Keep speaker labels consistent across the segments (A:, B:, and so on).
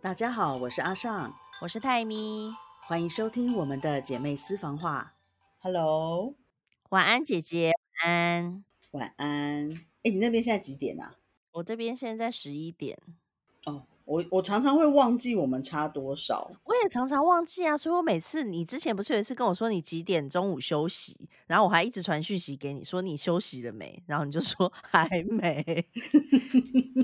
A: 大家好，我是阿尚，
B: 我是泰咪，
A: 欢迎收听我们的姐妹私房话。Hello，
B: 晚安姐姐，晚安。
A: 晚安。哎，你那边现在几点啊？
B: 我这边现在十一点，
A: 哦，我我常常会忘记我们差多少。
B: 我也常常忘记啊，所以我每次你之前不是有一次跟我说你几点中午休息，然后我还一直传讯息给你说你休息了没，然后你就说 还没，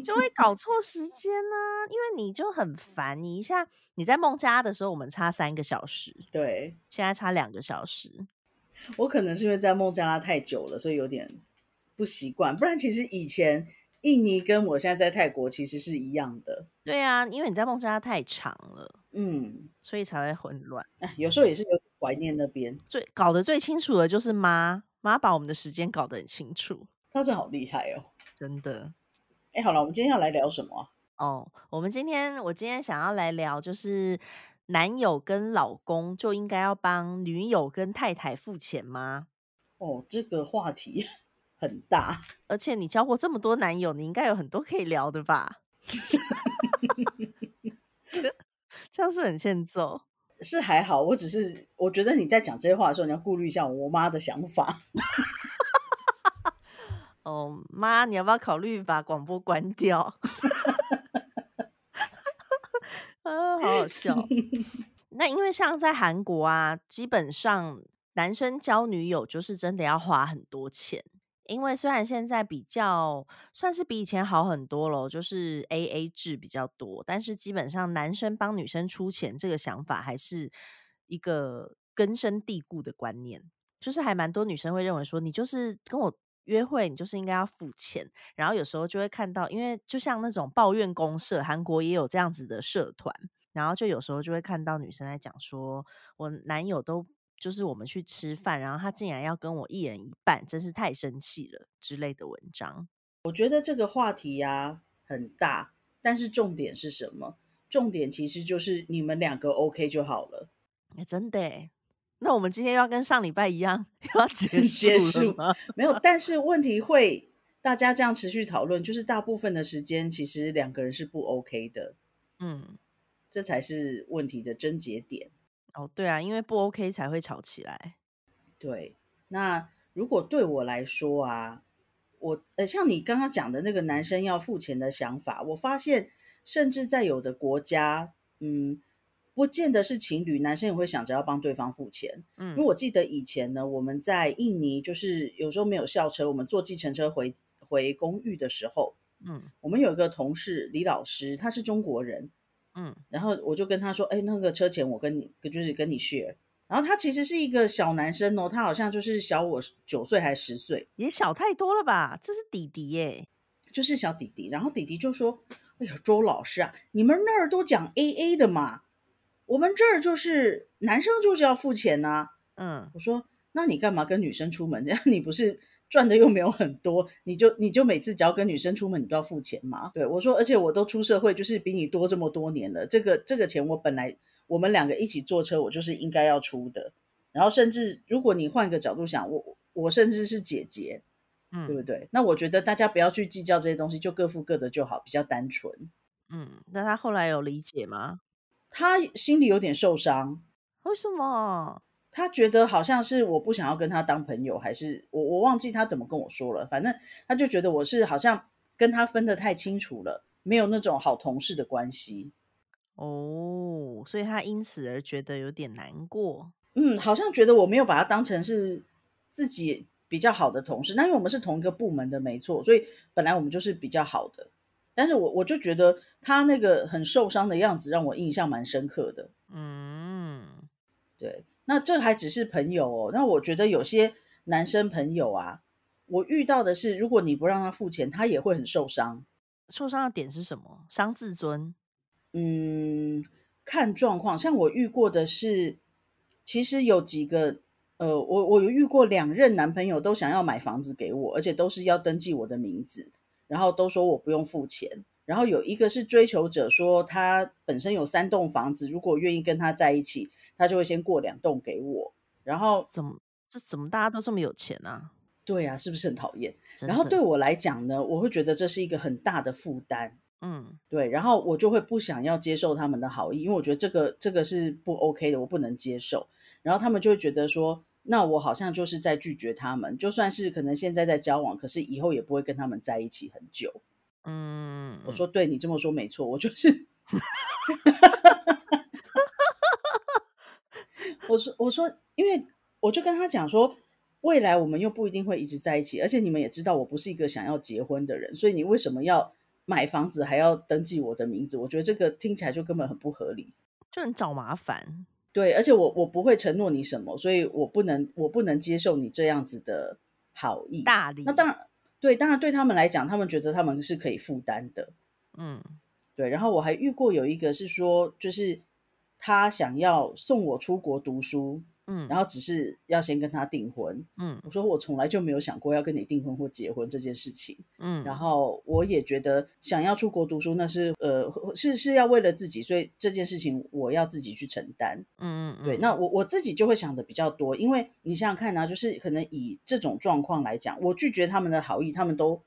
B: 就会搞错时间呢、啊，因为你就很烦，你一下你在孟加拉的时候我们差三个小时，
A: 对
B: 现在差两个小时，
A: 我可能是因为在孟加拉太久了，所以有点不习惯。不然其实以前印尼跟我现在在泰国其实是一样的。
B: 对啊，因为你在孟加拉太长了，
A: 嗯，
B: 所以才会混乱。
A: 哎，有时候也是有点怀念那边。
B: 最搞得最清楚的就是妈妈把我们的时间搞得很清楚，
A: 他真的好厉害哦。
B: 真的。
A: 哎，好了，我们今天要来聊什么啊？
B: 哦，我们今天我今天想要来聊，就是男友跟老公就应该要帮女友跟太太付钱吗？
A: 哦，这个话题 很大。
B: 而且你交过这么多男友，你应该有很多可以聊的吧？ 这这样是不是很欠揍。
A: 是还好，我只是我觉得你在讲这些话的时候，你要顾虑一下我妈的想法。
B: 哦，妈，你要不要考虑把广播关掉？ 啊，好好笑。那因为像在韩国啊，基本上男生交女友就是真的要花很多钱。因为虽然现在比较算是比以前好很多咯，就是 A A 制比较多，但是基本上男生帮女生出钱这个想法还是一个根深蒂固的观念。就是还蛮多女生会认为说，你就是跟我约会，你就是应该要付钱。然后有时候就会看到，因为就像那种抱怨公社，韩国也有这样子的社团，然后就有时候就会看到女生在讲说，我男友都就是我们去吃饭，然后他竟然要跟我一人一半，真是太生气了之类的文章。
A: 我觉得这个话题呀、很大，但是重点是什么？重点其实就是你们两个 OK 就好了。
B: 哎、真的欸，那我们今天又要跟上礼拜一样， 又要结束
A: 结
B: 了
A: 束
B: 吗
A: 没有，但是问题会大家这样持续讨论，就是大部分的时间其实两个人是不 OK 的，
B: 嗯，
A: 这才是问题的症结点。
B: 哦，对啊，因为不 OK 才会吵起来。
A: 对，那如果对我来说啊，我呃，像你刚刚讲的那个男生要付钱的想法，我发现甚至在有的国家，嗯，不见得是情侣，男生也会想着要帮对方付钱。因为
B: 嗯，
A: 我记得以前呢，我们在印尼就是有时候没有校车，我们坐计程车回回公寓的时候，
B: 嗯
A: 我们有一个同事李老师，他是中国人，
B: 嗯
A: 然后我就跟他说，哎，那个车钱我跟你就是跟你 share。然后他其实是一个小男生哦，他好像就是小我九岁还是十岁，
B: 也小太多了吧？这是弟弟耶、
A: 就是小弟弟。然后弟弟就说：“哎呦，周老师啊，你们那儿都讲 A A 的嘛，我们这儿就是男生就是要付钱呐、
B: 嗯，
A: 我说：“那你干嘛跟女生出门？这 样你不是赚的又没有很多，你就你就每次只要跟女生出门，你都要付钱嘛？”对我说：“而且我都出社会，就是比你多这么多年了，这个这个钱我本来我们两个一起坐车，我就是应该要出的。然后甚至如果你换个角度想，我我甚至是姐姐，
B: 嗯
A: 对不对？那我觉得大家不要去计较这些东西，就各付各的就好，比较单纯。
B: 嗯，那他后来有理解吗？
A: 他心里有点受伤，
B: 为什么？
A: 他觉得好像是我不想要跟他当朋友，还是我我忘记他怎么跟我说了，反正他就觉得我是好像跟他分得太清楚了，没有那种好同事的关系。
B: 哦，所以他因此而觉得有点难过。
A: 嗯，好像觉得我没有把他当成是自己比较好的同事。那因为我们是同一个部门的，没错，所以本来我们就是比较好的。但是我我就觉得他那个很受伤的样子让我印象蛮深刻的。
B: 嗯，
A: 对，那这还只是朋友哦。那我觉得有些男生朋友啊，我遇到的是，如果你不让他付钱，他也会很受伤。
B: 受伤的点是什么？伤自尊。
A: 嗯，看状况。像我遇过的是，其实有几个，呃，我我有遇过两任男朋友都想要买房子给我，而且都是要登记我的名字，然后都说我不用付钱。然后有一个是追求者说他本身有三栋房子，如果愿意跟他在一起，他就会先过两栋给我。然后
B: 怎么这怎么大家都这么有钱啊？
A: 对啊，是不是很讨厌？
B: 真
A: 然后
B: 的
A: 对我来讲呢，我会觉得这是一个很大的负担。
B: 嗯，
A: 对，然后我就会不想要接受他们的好意，因为我觉得这个这个是不 OK 的，我不能接受。然后他们就会觉得说，那我好像就是在拒绝他们，就算是可能现在在交往，可是以后也不会跟他们在一起很久。
B: 嗯，
A: 我说，对你这么说没错，我就是， 我说我说，因为我就跟他讲说，未来我们又不一定会一直在一起，而且你们也知道我不是一个想要结婚的人，所以你为什么要买房子还要登记我的名字？我觉得这个听起来就根本很不合理。
B: 嗯就很找麻烦。
A: 对，而且我我不会承诺你什么，所以我不能我不能接受你这样子的好意。
B: 大理，
A: 那当然，对，当然对他们来讲，他们觉得他们是可以负担的。
B: 嗯，
A: 对，然后我还遇过有一个是说，就是他想要送我出国读书，
B: 嗯
A: 然后只是要先跟他订婚。
B: 嗯
A: 我说我从来就没有想过要跟你订婚或结婚这件事情。
B: 嗯，
A: 然后我也觉得想要出国读书，那是呃是是要为了自己，所以这件事情我要自己去承担。
B: 嗯嗯
A: 对，
B: 嗯
A: 那我我自己就会想的比较多，因为你想想看啊，就是可能以这种状况来讲，我拒绝他们的好意，他们都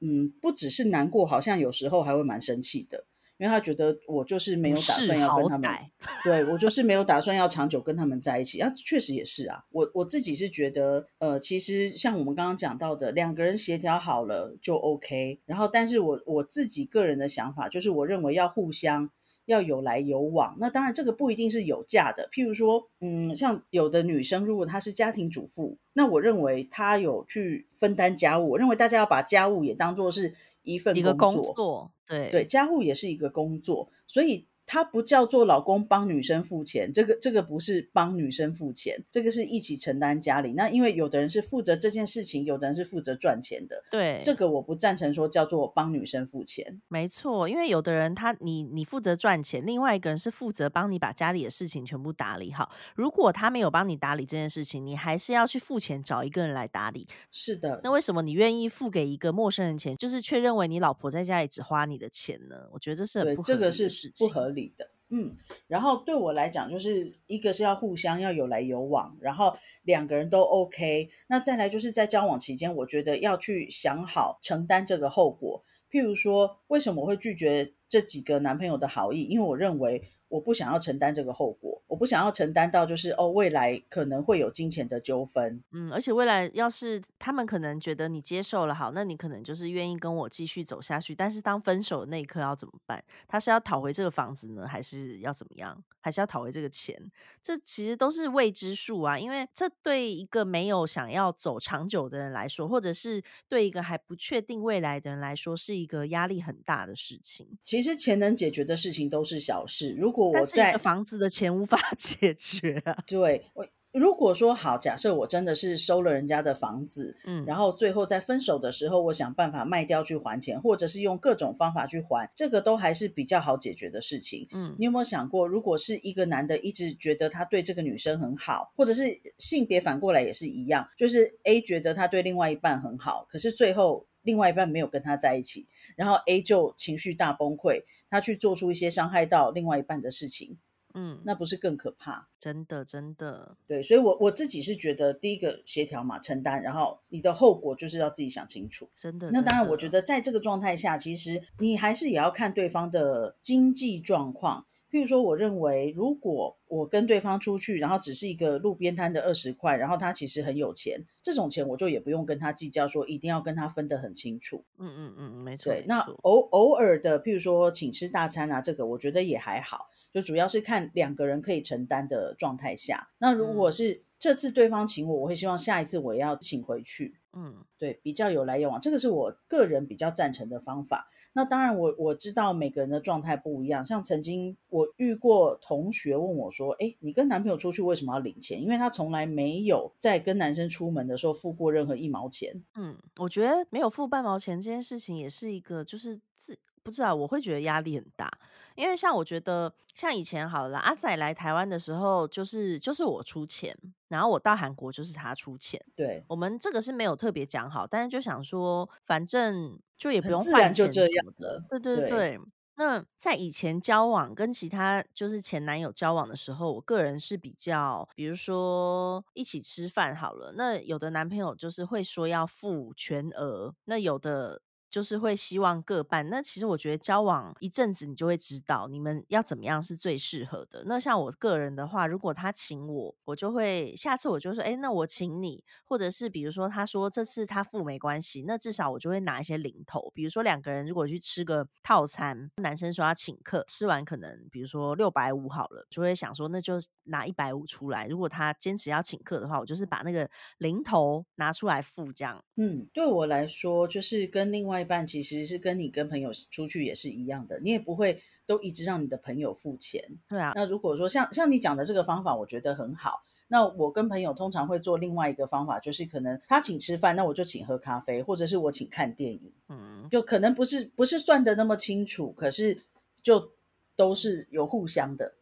A: 嗯不只是难过，好像有时候还会蛮生气的，因为他觉得我就是没有
B: 不
A: 打
B: 识
A: 算要跟
B: 好
A: 他们，
B: 歹
A: 对我就是没有打算要长久跟他们在一起。啊，确实也是啊，我我自己是觉得，呃，其实像我们刚刚讲到的，两个人协调好了就 OK。然后，但是我我自己个人的想法就是，我认为要互相。要有来有往，那当然这个不一定是有价的。譬如说，嗯，像有的女生如果她是家庭主妇，那我认为她有去分担家务，我认为大家要把家务也当做是一份
B: 一个
A: 工
B: 工作，对
A: 对，，家务也是一个工作，所以它不叫做老公帮女生付钱，这个这个不是帮女生付钱，这个是一起承担家里。那因为有的人是负责这件事情，有的人是负责赚钱的，
B: 对，
A: 这个我不赞成说叫做帮女生付钱。
B: 没错，因为有的人他你你负责赚钱，另外一个人是负责帮你把家里的事情全部打理好。如果他没有帮你打理这件事情，你还是要去付钱找一个人来打理。
A: 是的
B: 那，为什么你愿意付给一个陌生人钱，就是却认为你老婆在家里只花你的钱呢？我觉得这是很
A: 对
B: 不，合
A: 这
B: 理
A: 个
B: 的
A: 是
B: 事情。
A: 不合理的。嗯，然后对我来讲，就是一个是要互相要有来有往，然后两个人都 OK。那再来就是在交往期间，我觉得要去想好承担这个后果。譬如说，为什么我会拒绝这几个男朋友的好意？因为我认为我不想要承担这个后果，我不想要承担到就是哦，未来可能会有金钱的纠纷。
B: 嗯，而且未来要是他们可能觉得你接受了好，那你可能就是愿意跟我继续走下去。但是当分手的那一刻要怎么办？他是要讨回这个房子呢，还是要怎么样？还是要讨回这个钱？这其实都是未知数啊，因为这对一个没有想要走长久的人来说，或者是对一个还不确定未来的人来说，是一个压力很大的事情。
A: 其实钱能解决的事情都是小事。如果
B: 但
A: 我
B: 是一
A: 在
B: 个房子的钱无法 解决啊。
A: 对我，如果说好，假设我真的是收了人家的房子，
B: 嗯，
A: 然后最后在分手的时候，我想办法卖掉去还钱，或者是用各种方法去还，这个都还是比较好解决的事情。
B: 嗯
A: 你有没有想过，如果是一个男的一直觉得他对这个女生很好，或者是性别反过来也是一样，就是 A 觉得他对另外一半很好，可是最后另外一半没有跟他在一起，然后 A 就情绪大崩溃，他去做出一些伤害到另外一半的事情，
B: 嗯，
A: 那不是更可怕？
B: 真的真的，
A: 对，所以我我自己是觉得，第一个协调嘛，承担，然后你的后果就是要自己想清楚。
B: 真的。
A: 那当然，我
B: 得。
A: 觉得在这个状态下，其实你还是也要看对方的经济状况。譬如说，我认为如果我跟对方出去，然后只是一个路边摊的二十块，然后他其实很有钱，这种钱我就也不用跟他计较，说一定要跟他分得很清楚。
B: 嗯嗯嗯，没错。
A: 对
B: 没，
A: 那
B: 错
A: 偶偶尔的，譬如说请吃大餐啊，这个我觉得也还好，就主要是看两个人可以承担的状态下。那如
B: 嗯
A: 果是这次对方请我，我会希望下一次我也要请回去。
B: 嗯
A: 对，比较有来有往，这个是我个人比较赞成的方法。那当然我，我知道每个人的状态不一样。像曾经我遇过同学问我说：“哎，你跟男朋友出去为什么要领钱？因为他从来没有在跟男生出门的时候付过任何一毛钱。”
B: 嗯，我觉得没有付半毛钱这件事情也是一个，就是自不知道，我会觉得压力很大，因为像我觉得像以前好了啦，阿仔来台湾的时候，就是就是我出钱，然后我到韩国就是他出钱，
A: 对，
B: 我们这个是没有特别讲好，但是就想说，反正就也不
A: 很
B: 用
A: 自
B: 换
A: 然就
B: 钱
A: 这
B: 什
A: 样
B: 么
A: 了
B: 的。对对
A: 对
B: 对。那在以前交往跟其他就是前男友交往的时候，我个人是比较，比如说一起吃饭好了，那有的男朋友就是会说要付全额，那有的就是会希望各半。那其实我觉得交往一阵子，你就会知道你们要怎么样是最适合的。那像我个人的话，如果他请我，我就会下次我就说，哎，那我请你，或者是比如说他说这次他付没关系，那至少我就会拿一些零头，比如说两个人如果去吃个套餐，男生说要请客，吃完可能比如说六百五好了，就会想说那就拿一百五出来。如果他坚持要请客的话，我就是把那个零头拿出来付这样。
A: 嗯，对我来说，就是跟另外一半其实是跟你跟朋友出去也是一样的，你也不会都一直让你的朋友付钱。
B: 对啊，
A: 那如果说像像你讲的这个方法，我觉得很好。那我跟朋友通常会做另外一个方法，就是可能他请吃饭，那我就请喝咖啡，或者是我请看电影，
B: 嗯，
A: 就可能不是不是算的那么清楚，可是就都是有互相的。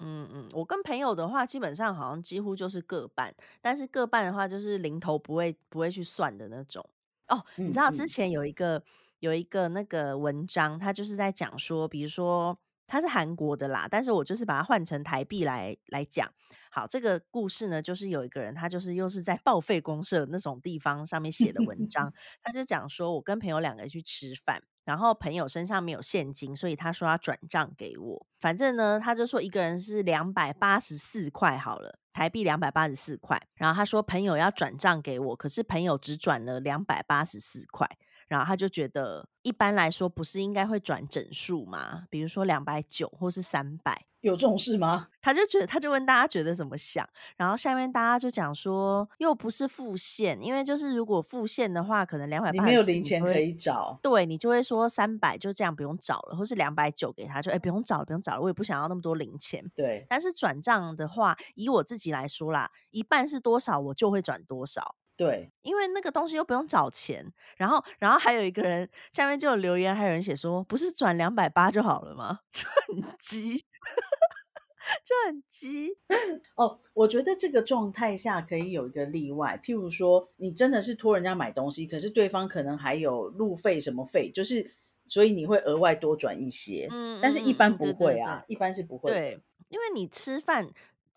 B: 嗯嗯，我跟朋友的话，基本上好像几乎就是各半，但是各半的话就是零头不会不会去算的那种。哦，你知
A: 嗯
B: 道之
A: 嗯
B: 前有一个有一个那个文章，它就是在讲说，比如说它是韩国的啦，但是我就是把它换成台币来来讲。好，这个故事呢，就是有一个人，他就是又是在报废公社那种地方上面写的 文章，他就讲说，我跟朋友两个人去吃饭，然后朋友身上没有现金，所以他说要转账给我。反正呢，他就说一个人是两百八十四块好了，台币两百八十四块。然后他说朋友要转账给我，可是朋友只转了两百八十四块。然后他就觉得，一般来说不是应该会转整数吗？比如说两百九或是三百，
A: 有这种事 吗？
B: 他就觉得，他就问大家觉得怎么想，然后下面大家就讲说，又不是付现，因为就是如果付现的话，可能两百
A: 你
B: 八
A: 没
B: 十
A: 有
B: 四，
A: 零
B: 你就
A: 钱可
B: 会
A: 以找，
B: 对你就会说三百就这样不用找了，或是两百九给他，就哎、不用找了，不用找了，我也不想要那么多零钱。
A: 对，
B: 但是转账的话，以我自己来说啦，一半是多少我就会转多少。
A: 对，
B: 因为那个东西又不用找钱，然后，然后还有一个人下面就有留言，还有人写说，不是转两百八就好了吗？ 就很急， 就很急。
A: 哦，我觉得这个状态下可以有一个例外，譬如说你真的是托人家买东西，可是对方可能还有路费什么费，就是所以你会额外多转一些，
B: 嗯
A: 但是一
B: 嗯
A: 般
B: 嗯，
A: 不
B: 对对
A: 会
B: 对
A: 啊，一般是不会的。
B: 对，因为你吃饭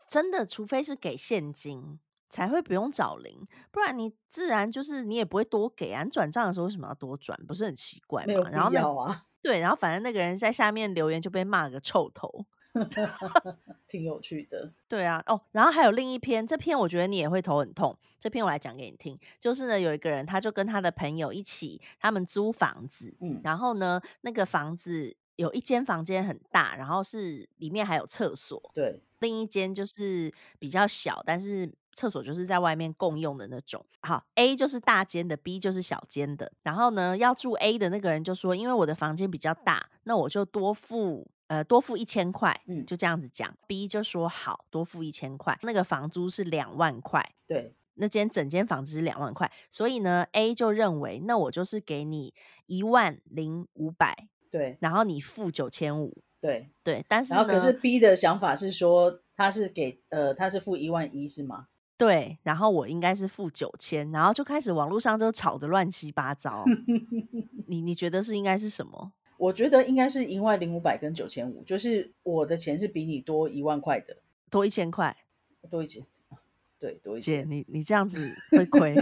B: 真的，除非是给现金，才会不用找零，不然你自然就是你也不会多给啊。你转账的时候为什么要多转？不是很奇怪
A: 没有
B: 嘛？然后
A: 必
B: 那
A: 要啊，
B: 对，然后反正那个人在下面留言就被骂个臭头。
A: 挺有趣的。
B: 对啊，哦，然后还有另一篇，这篇我觉得你也会头很痛。这篇我来讲给你听，就是呢，有一个人他就跟他的朋友一起，他们租房子，
A: 嗯
B: 然后呢，那个房子有一间房间很大，然后是里面还有厕所，
A: 对，
B: 另一间就是比较小，但是厕所就是在外面共用的那种。好，A 就是大间的，B 就是小间的。然后呢，要住 A 的那个人就说，因为我的房间比较大，那我就多付呃多付一千块，
A: 嗯
B: 就这样子讲。B 就说好，多付一千块，那个房租是两万块。
A: 对，
B: 那间整间房子是两万块，所以呢，A 就认为那我就是给你一万零五百，
A: 对，
B: 然后你付九千五，
A: 对。
B: 对。但
A: 然
B: 是
A: 后可是
B: 呢，
A: B 的想法是说，他是给呃，他是付一万一是吗？
B: 对，然后我应该是付九千，然后就开始网络上就吵得乱七八 糟。你你觉得是应该是什么？
A: 我觉得应该是一万零五百跟九千五，就是我的钱是比你多一万块的，
B: 多一千块，
A: 多一千，对，多一
B: 姐，
A: 千。
B: 你你这样子会 亏。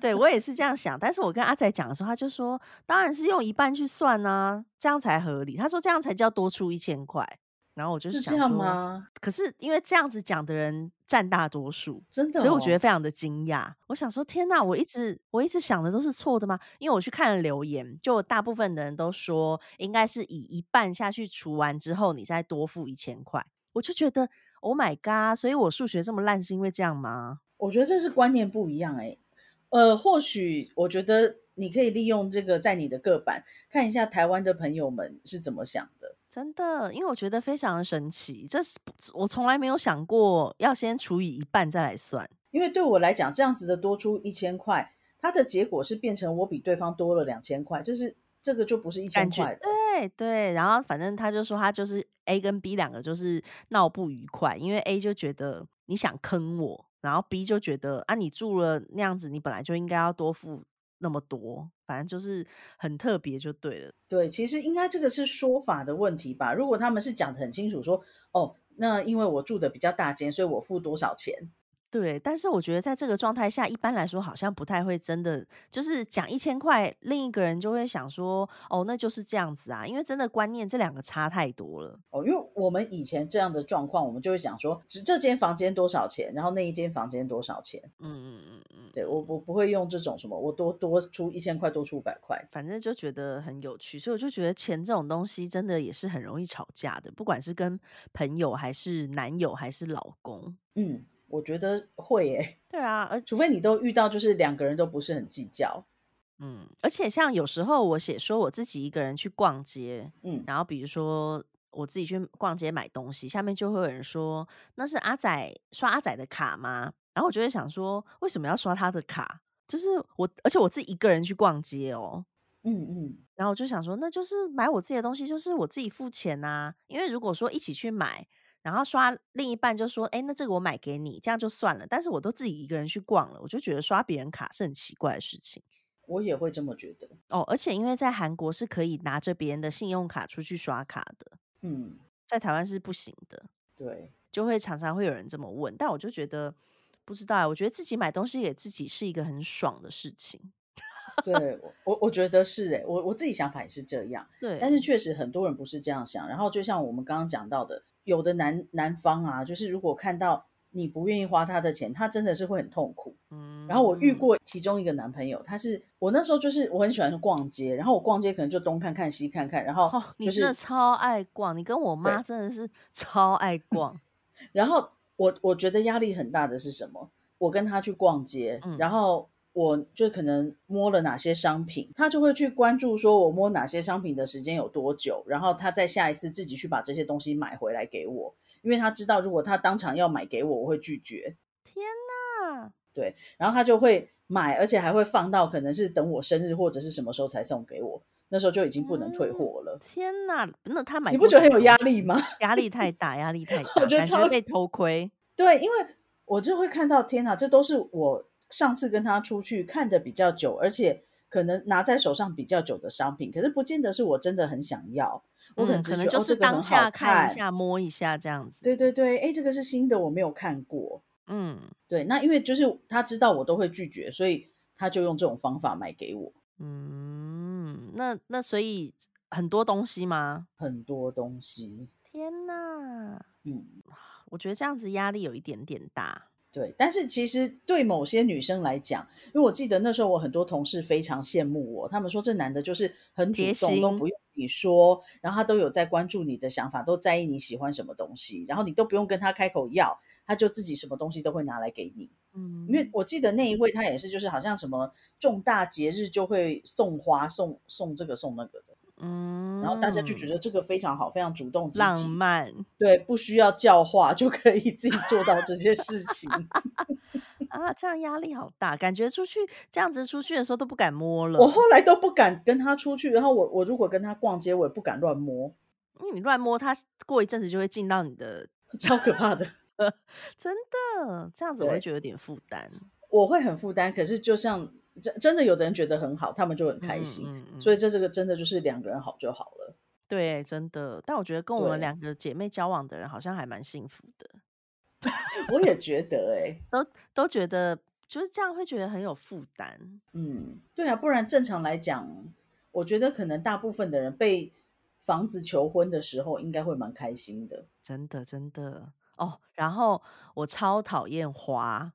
B: 对我也是这样想，但是我跟阿仔讲的时候，他就说，当然是用一半去算啊，这样才合理。他说这样才叫多出一千块。然后我就是
A: 这
B: 想
A: 样
B: 说，
A: 吗？
B: 可是因为这样子讲的人占大多数，
A: 真的
B: 所以我觉得
A: 哦，
B: 非常的惊讶。我想说，天呐，我一直我一直想的都是错的吗？因为我去看了留言，就大部分的人都说，应该是以一半下去除完之后，你再多付一千块。我就觉得，Oh my god！所以我数学这么烂是因为这样吗？
A: 我觉得这是观念不一样哎、呃，或许我觉得你可以利用这个在你的个版看一下台湾的朋友们是怎么想的。
B: 真的，因为我觉得非常的神奇，这是不我从来没有想过要先除以一半再来算。
A: 因为对我来讲，这样子的多出一千块，它的结果是变成我比对方多了两千块，这是这个就不是一千
B: 感觉
A: 块了。
B: 对对，然后反正他就说他就是 A 跟 B 两个就是闹不愉快，因为 A 就觉得你想坑我，然后 B 就觉得啊你住了那样子，你本来就应该要多付那么多，反正就是很特别就对了。
A: 对，其实应该这个是说法的问题吧。如果他们是讲的很清楚说，哦，那因为我住的比较大间，所以我付多少钱，
B: 对，但是我觉得在这个状态下，一般来说好像不太会真的就是讲一千块，另一个人就会想说，哦，那就是这样子啊，因为真的观念这两个差太多了。
A: 哦，因为我们以前这样的状况，我们就会想说，只这间房间多少钱，然后那一间房间多少钱。
B: 嗯嗯嗯嗯，
A: 对我，我不会用这种什么，我多多出一千块，多出五百块。
B: 反正就觉得很有趣，所以我就觉得钱这种东西真的也是很容易吵架的，不管是跟朋友还是男友还是老公。
A: 嗯，我觉得会诶、
B: 对啊，而
A: 除非你都遇到就是两个人都不是很计较。
B: 嗯，而且像有时候我写说我自己一个人去逛街，
A: 嗯
B: 然后比如说我自己去逛街买东西，下面就会有人说那是阿仔刷阿仔的卡吗？然后我就会想说，为什么要刷他的卡？就是我，而且我自己一个人去逛街哦。
A: 嗯嗯，
B: 然后我就想说，那就是买我自己的东西，就是我自己付钱呐、因为如果说一起去买，然后刷另一半就说，哎，那这个我买给你，这样就算了。但是我都自己一个人去逛了，我就觉得刷别人卡是很奇怪的事情。
A: 我也会这么觉得。
B: 哦，而且因为在韩国是可以拿着别人的信用卡出去刷卡的，
A: 嗯，
B: 在台湾是不行的，
A: 对，
B: 就会常常会有人这么问。但我就觉得不知道啊，我觉得自己买东西给自己是一个很爽的事情。
A: 对我我我觉得是诶、我我自己想法也是这样。
B: 对，
A: 但是确实很多人不是这样想。然后就像我们刚刚讲到的，有的男男方啊，就是如果看到你不愿意花他的钱，他真的是会很痛苦。
B: 嗯
A: 然后我遇过其中一个男朋友，他是我那时候就是我很喜欢逛街，然后我逛街可能就东看看西看看，然后
B: 哦，你
A: 就
B: 真
A: 是
B: 的超爱逛，你跟我妈真的是超爱逛。
A: 然后我我觉得压力很大的是什么？我跟他去逛街，
B: 嗯
A: 然后我就可能摸了哪些商品，他就会去关注说我摸哪些商品的时间有多久，然后他再下一次自己去把这些东西买回来给我，因为他知道如果他当场要买给我，我会拒绝，
B: 天哪，
A: 然后他就会买，而且还会放到可能是等我生日或者是什么时候才送给我，那时候就已经不能退货了。
B: 天哪！那他嗯买
A: 你不
B: 过
A: 觉得
B: 什
A: 很
B: 么
A: 有压
B: 东
A: 力吗？
B: 西？压力太大，压力太大，
A: 我觉得
B: 感
A: 超
B: 觉被偷窥。
A: 对，因为我就会看到，天哪，这都是我上次跟他出去看的比较久，而且可能拿在手上比较久的商品，可是不见得是我真的很想要，我可能
B: 嗯，
A: 只
B: 可
A: 是
B: 能
A: 觉得、
B: 就
A: 哦这
B: 是
A: 个很
B: 当
A: 好
B: 下看
A: 看
B: 一，下、摸一下这样子。
A: 对对对，哎，这个是新的，我没有看过。
B: 嗯
A: 对，那因为就是他知道我都会拒绝，所以他就用这种方法买给我
B: 嗯，那那所以很多东西吗？
A: 很多东西。
B: 天哪，
A: 嗯，
B: 我觉得这样子压力有一点点大。
A: 对。但是其实对某些女生来讲，因为我记得那时候我很多同事非常羡慕我，他们说这男的就是很主
B: 贴
A: 动，都
B: 心
A: 不用你说，然后他都有在关注你的想法，都在意你喜欢什么东西，然后你都不用跟他开口要，他就自己什么东西都会拿来给你。
B: 嗯，
A: 因为我记得那一位他也是，就是好像什么重大节日就会送花、送送这个送那个的，
B: 嗯，
A: 然后大家就觉得这个非常好，非常主动积
B: 浪
A: 极，
B: 漫
A: 对，不需要教化就可以自己做到这些事情。
B: 啊，这样压力好大，感觉出去这样子出去的时候都不敢摸了，
A: 我后来都不敢跟他出去，然后我我如果跟他逛街，我也不敢乱摸，
B: 因为你乱摸它，过一阵子就会进到你的，
A: 超可怕的。
B: 真的这样子我会
A: 对
B: 觉得有点负担，
A: 我会很负担，可是就像真真的有的人觉得很好，他们就很开
B: 嗯
A: 心，
B: 嗯嗯
A: 所以这这个真的就是两个人好就好了。
B: 对，真的。但我觉得跟我
A: 对
B: 们两个姐妹交往的人好像还蛮幸福的，
A: 我也觉得、欸，哎，
B: 都都觉得就是这样会觉得很有负担。
A: 嗯，对啊，不然正常来讲，我觉得可能大部分的人被房子求婚的时候，应该会蛮开心的。
B: 真的，真的哦。然后我超讨厌花，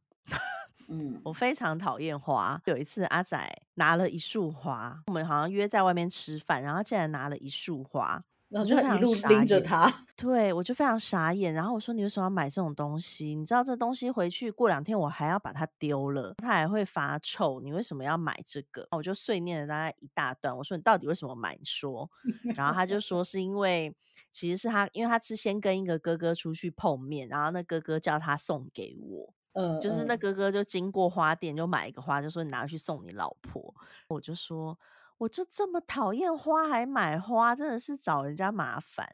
A: 嗯，
B: 我非常讨厌花。有一次阿仔拿了一束花，我们好像约在外面吃饭，然后他竟然拿了一束花，
A: 然
B: 我
A: 后
B: 就
A: 就
B: 非
A: 一
B: 常
A: 路
B: 傻
A: 拎着
B: 眼。
A: 他，
B: 对，我就非常傻眼。然后我说：“你为什么要买这种东西？你知道这东西回去过两天我还要把它丢了，它还会发臭。你为什么要买这个？”我就碎念了大概一大段。我说：“你到底为什么买？你说。”然后他就说：“是因为其实是他，因为他是先跟一个哥哥出去碰面，然后那哥哥叫他送给我。”
A: 嗯
B: 就是那
A: 嗯，
B: 哥哥就经过花店，就买一个花，就说你拿去送你老婆。我就说，我就这么讨厌花，还买花，真的是找人家麻烦。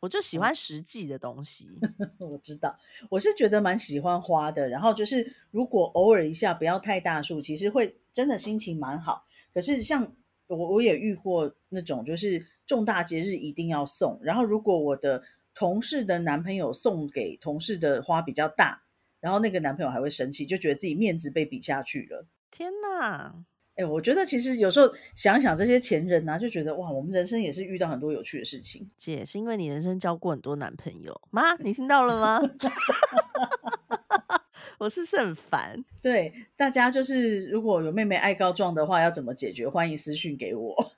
B: 我就喜
A: 哦
B: 欢实际的东西。
A: 我知道，我是觉得蛮喜欢花的。然后就是如果偶尔一下不要太大束，其实会真的心情蛮好。可是像我我也遇过那种，就是重大节日一定要送。然后如果我的同事的男朋友送给同事的花比较大，然后那个男朋友还会生气，就觉得自己面子被比下去了。
B: 天哪，
A: 哎，我觉得其实有时候想想这些前人啊，就觉得哇，我们人生也是遇到很多有趣的事情。
B: 姐是因为你人生交过很多男朋友，妈，你听到了吗？ 我是不是很烦？
A: 对大家，就是如果有妹妹爱告状的话，要怎么解决？欢迎私讯给我。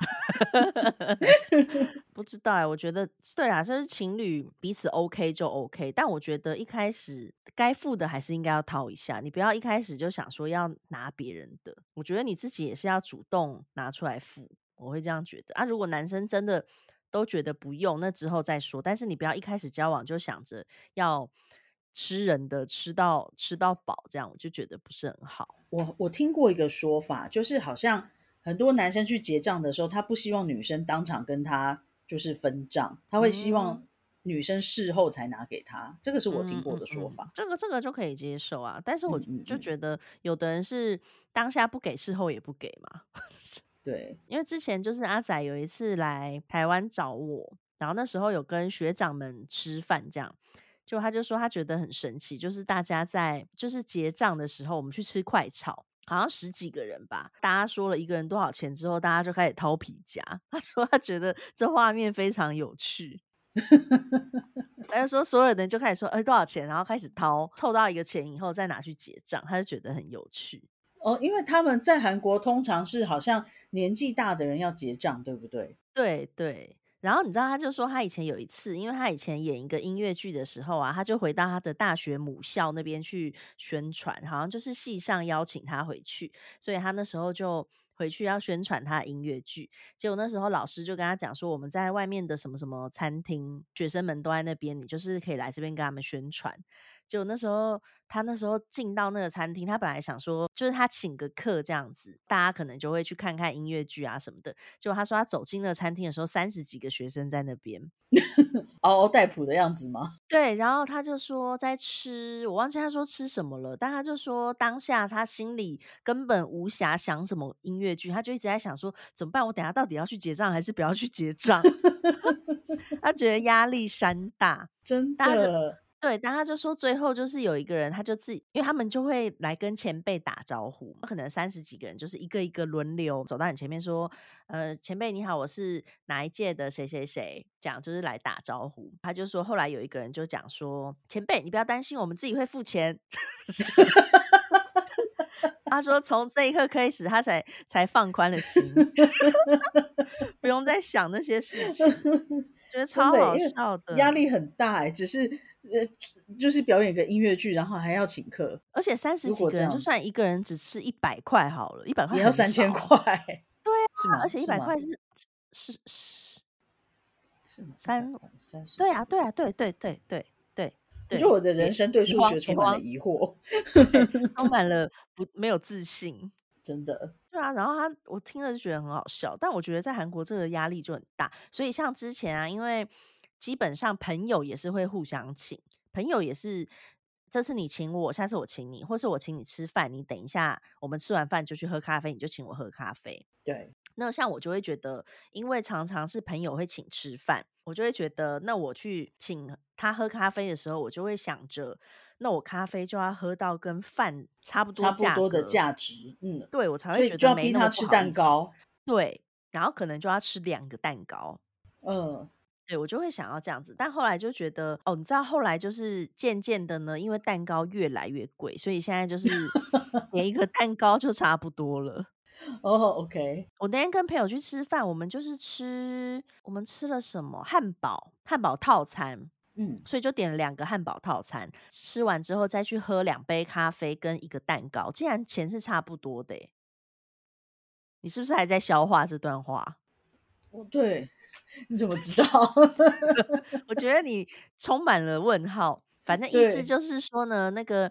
B: 不知道哎、我觉得对啦，就是情侣彼此 OK 就 OK，但我觉得一开始该付的还是应该要掏一下，你不要一开始就想说要拿别人的，我觉得你自己也是要主动拿出来付，我会这样觉得啊。如果男生真的都觉得不用，那之后再说，但是你不要一开始交往就想着要吃人的，吃到吃到饱，这样我就觉得不是很好。
A: 我我听过一个说法，就是好像很多男生去结账的时候，他不希望女生当场跟他就是分账，他会希望女生事后才拿给他。这个是我听过的说
B: 嗯嗯嗯嗯
A: 法。
B: 这个这个就可以接受啊。但是我
A: 嗯嗯
B: 就
A: 嗯
B: 觉得有的人是当下不给，事后也不给嘛。
A: 对，
B: 因为之前就是阿仔有一次来台湾找我，然后那时候有跟学长们吃饭这样。就他就说他觉得很神奇，就是大家在就是结账的时候，我们去吃快炒，好像十几个人吧，大家说了一个人多少钱之后，大家就开始掏皮夹。 他说他觉得这画面非常有趣，他就说所有人就开始说哎、多少钱，然后开始掏，凑到一个钱以后再拿去结账，他就觉得很有趣。
A: 哦，因为他们在韩国通常是好像年纪大的人要结账，对不对？
B: 对对。然后你知道，他就说他以前有一次，因为他以前演一个音乐剧的时候啊，他就回到他的大学母校那边去宣传，好像就是系上邀请他回去，所以他那时候就回去要宣传他的音乐剧。结果那时候老师就跟他讲说，我们在外面的什么什么餐厅，学生们都在那边，你就是可以来这边跟他们宣传。结果那时候他那时候进到那个餐厅，他本来想说，就是他请个客这样子，大家可能就会去看看音乐剧啊什么的。结果他说他走进那个餐厅的时候，三十几个学生在那边。
A: 嗷嗷待哺的样子吗？
B: 对，然后他就说在吃，我忘记他说吃什么了，但他就说当下他心里根本无暇想什么音乐剧，他就一直在想说怎么办，我等下到底要去结账还是不要去结账？ 他觉得压力山大。
A: 真
B: 大家就
A: 的，
B: 对，但他就说最后就是有一个人，他就自己，因为他们就会来跟前辈打招呼，可能三十几个人，就是一个一个轮流走到你前面说，呃，前辈你好，我是哪一届的谁谁谁，这样就是来打招呼。他就说后来有一个人就讲说，前辈你不要担心，我们自己会付钱。 他说从这一刻开始，他才才放宽了心， 不用再想那些 事情，觉得超
A: 的耶
B: 好
A: 因为
B: 笑的，
A: 压力很大哎、只是呃，就是表演个音乐剧，然后还要请客，
B: 而且三十
A: 如
B: 几
A: 果
B: 个
A: 这
B: 人，就
A: 样
B: 算一个人只吃一百块好了，一百块
A: 也要
B: 啊很
A: 三千
B: 少
A: 块，对 啊，是吗？
B: 而且一
A: 是
B: 百
A: 吗
B: 块是是是，
A: 是吗？
B: 三
A: 三十
B: 对啊，对啊，对对对对对
A: 我
B: 对，
A: 觉得我的人生对
B: 你
A: 数
B: 慌
A: 学
B: 你
A: 充满了
B: 慌
A: 疑惑，
B: 充满了不没有自信。
A: 真的。
B: 对啊，然后他我听了就觉得很好笑，但我觉得在韩国这个压力就很大，所以像之前啊，因为基本上朋友也是会互相请，朋友也是这次你请我，下次我请你，或是我请你吃饭，你等一下我们吃完饭就去喝咖啡，你就请我喝咖啡。
A: 对，
B: 那像我就会觉得，因为常常是朋友会请吃饭，我就会觉得，那我去请他喝咖啡的时候，我就会想着，那我咖啡就要喝到跟饭差不多
A: 差不
B: 价
A: 多的
B: 格
A: 价值，嗯，
B: 对我才
A: 所
B: 会
A: 以
B: 觉
A: 就
B: 得
A: 要
B: 没
A: 逼
B: 那
A: 他
B: 么不
A: 吃
B: 好意
A: 蛋
B: 思。
A: 糕，
B: 对，然后可能就要吃两个蛋糕。
A: 嗯，
B: 对我就会想要这样子，但后来就觉得哦，你知道后来就是渐渐的呢，因为蛋糕越来越贵，所以现在就是连一个蛋糕就差不多了。
A: 哦，OK，
B: 我那天跟朋友去吃饭，我们就是吃，我们吃了什么汉堡，汉堡套餐，
A: 嗯，
B: 所以就点了两个汉堡套餐。吃完之后再去喝两杯咖啡跟一个蛋糕，竟然钱是差不多的欸、你是不是还在消化这段话？
A: 哦对，你怎么知道？
B: 我觉得你充满了问号。反正意思
A: 对
B: 就是说呢，那个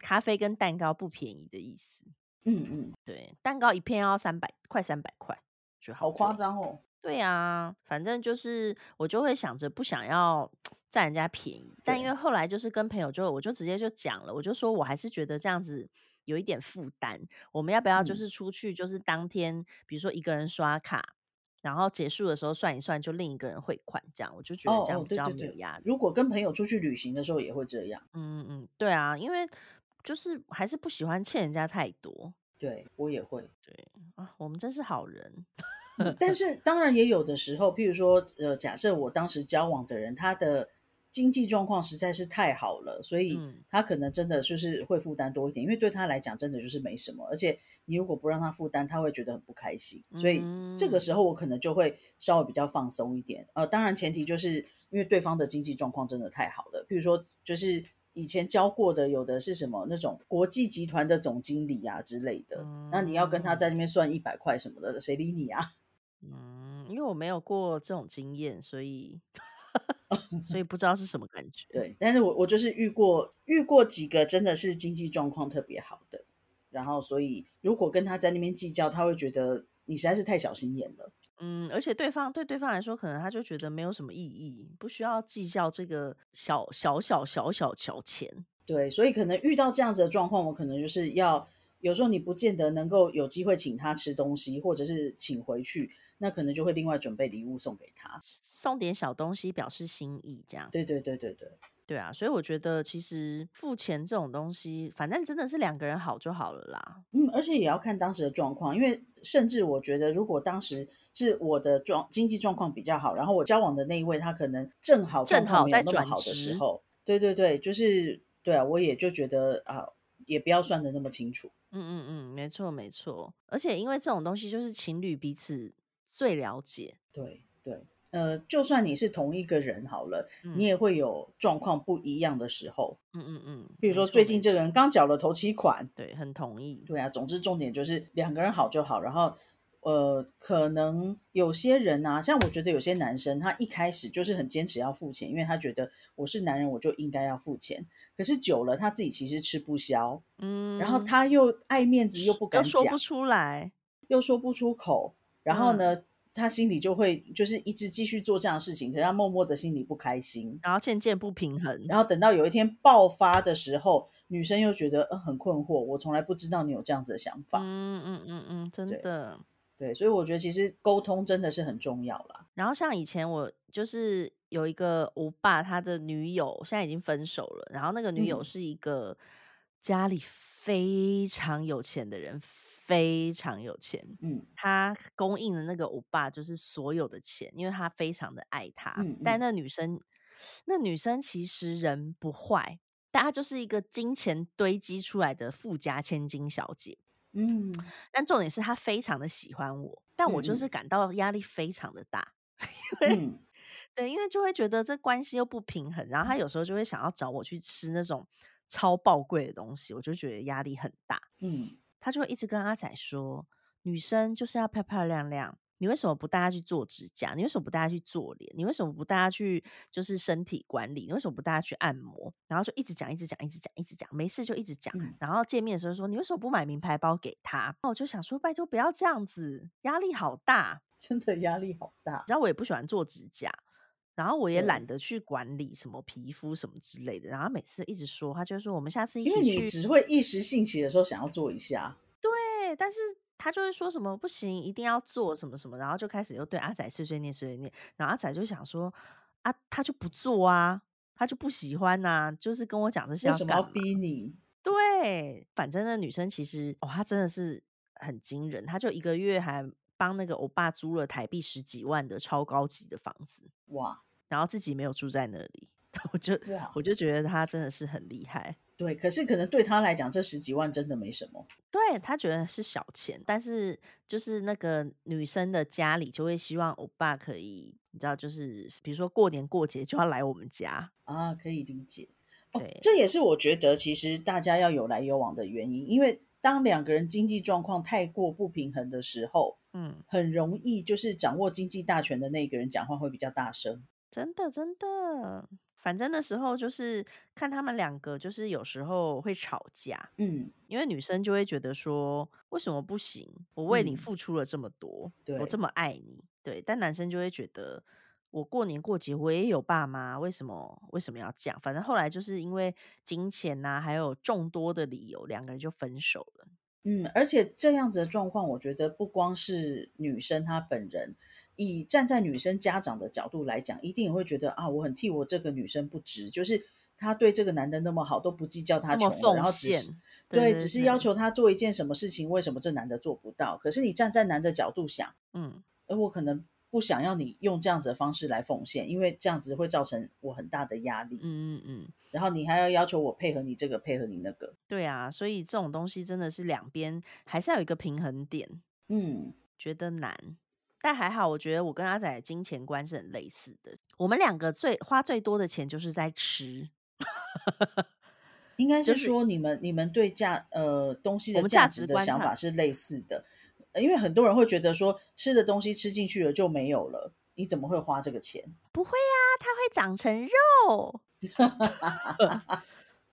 B: 咖啡跟蛋糕不便宜的意思。
A: 嗯嗯，
B: 对，蛋糕一片要三百，快三百块，觉得好欸
A: 好夸
B: 贵。
A: 张哦，
B: 对啊，反正就是我就会想着不想要占人家便宜，但因
A: 对
B: 为后来就是跟朋友就我就直接就讲了，我就说我还是觉得这样子有一点负担，我们要不要就
A: 嗯
B: 是出去就是当天，比如说一个人刷卡，然后结束的时候算一算，就另一个人汇款，这样我就
A: 哦
B: 觉得这样比较没有压力。
A: 如果跟朋友出去旅行的时候也会这样。
B: 嗯嗯，对啊，因为就是还是不喜欢欠人家太多。
A: 对我也会，
B: 对啊，我们真是好人。
A: 嗯但是当然也有的时候，譬如说，呃，假设我当时交往的人，他的经济状况实在是太好了，所以
B: 嗯
A: 他可能真的就是会负担多一点，因为对他来讲真的就是没什么，而且你如果不让他负担，他会觉得很不开心，所以
B: 嗯
A: 这个时候我可能就会稍微比较放松一点。呃，当然前提就是因为对方的经济状况真的太好了，譬如说就是。以前教过的有的是什么那种国际集团的总经理啊之类的，那你要跟他在那边算一百块什么的，谁理你啊？
B: 嗯，因为我没有过这种经验，所以所以不知道是什么感觉。
A: 对，但是我我就是遇过遇过几个真的是经济状况特别好的，然后所以如果跟他在那边计较，他会觉得你实在是太小心眼了。
B: 嗯，而且对方对对方来说，可能他就觉得没有什么意义，不需要计较这个小小小小小小钱。
A: 对，所以可能遇到这样子的状况，我可能就是要有时候你不见得能够有机会请他吃东西，或者是请回去，那可能就会另外准备礼物送给他。
B: 送点小东西表示心意，这样
A: 对对对对对，
B: 对啊，所以我觉得其实付钱这种东西，反正真的是两个人好就好了啦。
A: 嗯，而且也要看当时的状况，因为甚至我觉得，如果当时是我的状经济状况比较好，然后我交往的那一位他可能正好
B: 正
A: 状况
B: 好
A: 没有
B: 在
A: 那么
B: 转
A: 好的时
B: 职
A: 候，对对对，就是对啊，我也就觉得啊，也不要算的那么清楚。
B: 嗯嗯嗯，没错没错。而且因为这种东西就是情侣彼此最了解，
A: 对对，呃，就算你是同一个人好了，
B: 嗯
A: 你也会有状况不一样的时候，
B: 嗯嗯嗯，
A: 比如
B: 没
A: 说
B: 错
A: 最
B: 没
A: 近这个人刚缴了头期款，
B: 对，很同意。
A: 对啊，总之重点就是两个人好就好。然后，呃，可能有些人啊，像我觉得有些男生，他一开始就是很坚持要付钱，因为他觉得我是男人，我就应该要付钱。可是久了，他自己其实吃不消，
B: 嗯，
A: 然后他又爱面子，又不
B: 又
A: 敢
B: 说
A: 讲
B: 不，嗯出来，
A: 又说不出口。然后呢，他心里就会就是一直继续做这样的事情，可是他默默的心里不开心。
B: 然后渐渐不平衡。
A: 然后等到有一天爆发的时候，女生又觉得呃很困惑，我从来不知道你有这样子的想法。
B: 嗯嗯嗯嗯，真
A: 对
B: 的。
A: 对，所以我觉得其实沟通真的是很重要啦。
B: 然后像以前我就是有一个欧巴，他的女友现在已经分手了，然后那个女友
A: 嗯
B: 是一个家里非常有钱的人，非常有钱。
A: 嗯
B: 他供应的那个欧巴就是所有的钱，因为他非常的爱他。
A: 嗯
B: 但
A: 嗯，
B: 那女生，那女生其实人不坏，但她就是一个金钱堆积出来的富家千金小姐。
A: 嗯
B: 但重点是他非常的喜欢我，但我就是
A: 嗯
B: 感到压力非常的大，因为
A: 嗯
B: 对，因为就会觉得这关系又不平衡，然后他有时候就会想要找我去吃那种超爆贵的东西，我就觉得压力很大。
A: 嗯
B: 他就会一直跟阿仔说，女生就是要漂漂亮亮。你为什么不带她去做指甲？你为什么不带她去做脸？你为什么不带她去就是身体管理？你为什么不带她去按摩？然后就一直讲，一直讲，一直讲，一直讲，没事就一直讲。
A: 嗯
B: 然后见面的时候说，你为什么不买名牌包给她？那我就想说，拜托不要这样子，压力好大。
A: 真的压力好大。
B: 然后我也不喜欢做指甲，然后我也懒
A: 对，
B: 得去管理什么皮肤什么之类的。然后每次一直说，他就说我们下次一
A: 因为
B: 起
A: 你
B: 去
A: 只会一时兴起的时候想要做一下，
B: 对，但是他就会说什么不行，一定要做什么什么，然后就开始又对阿仔碎碎念碎碎念，然后阿仔就想说啊，他就不做啊，他就不喜欢呐、就是跟我讲这些
A: 为
B: 要
A: 什么要
B: 干嘛？
A: 逼你？
B: 对，反正那女生其实哦，她真的是很惊人，她就一个月还帮那个欧巴租了台币十几万的超高级的房子，
A: 哇
B: 然后自己没有住在那里， 我就
A: 哇，
B: 我就觉得她真的是很厉害。
A: 对。可是可能对他来讲，这十几万真的没什么。
B: 对他觉得是小钱，但是就是那个女生的家里就会希望欧巴可以，你知道，就是比如说过年过节就要来我们家，
A: 啊，可以理解。哦，
B: 对，
A: 这也是我觉得其实大家要有来有往的原因，因为当两个人经济状况太过不平衡的时候，
B: 嗯，
A: 很容易就是掌握经济大权的那个人讲话会比较大声。
B: 真的真的，反正那时候就是看他们两个，就是有时候会吵架，
A: 嗯
B: 因为女生就会觉得说，为什么不行？我为你
A: 嗯，
B: 付出了这么多，我这
A: 对，
B: 么爱你，对。但男生就会觉得，我过年过节我也有爸妈，为什么为什么要这样？反正后来就是因为金钱呐、还有众多的理由，两个人就分手了。
A: 嗯，而且这样子的状况，我觉得不光是女生她本人，以站在女生家长的角度来讲，一定也会觉得啊，我很替我这个女生不值，就是她对这个男的那么好，都不计较他
B: 那么
A: 穷了，然后
B: 奉
A: 只是
B: 献，
A: 对，只是要，求他做一件什么事情，为什么这男的做不到？可是你站在男的角度想，
B: 嗯，
A: 而我可能不想要你用这样子的方式来奉献，因为这样子会造成我很大的压力，
B: 嗯嗯嗯，
A: 然后你还要要求我配合你这个，配合你那个，
B: 对啊，所以这种东西真的是两边还是要有一个平衡点，
A: 嗯，
B: 觉得难。但还好，我觉得我跟阿仔的金钱观是很类似的。我们两个最花最多的钱就是在吃，
A: 应该是
B: 就是
A: 说你们你们对价呃东西
B: 我
A: 的
B: 们
A: 价
B: 价
A: 值
B: 值
A: 的
B: 观
A: 想
B: 上
A: 法是类似的，呃因为很多人会觉得说吃的东西吃进去了就没有了，你怎么会花这个钱？
B: 不会啊，它会长成肉。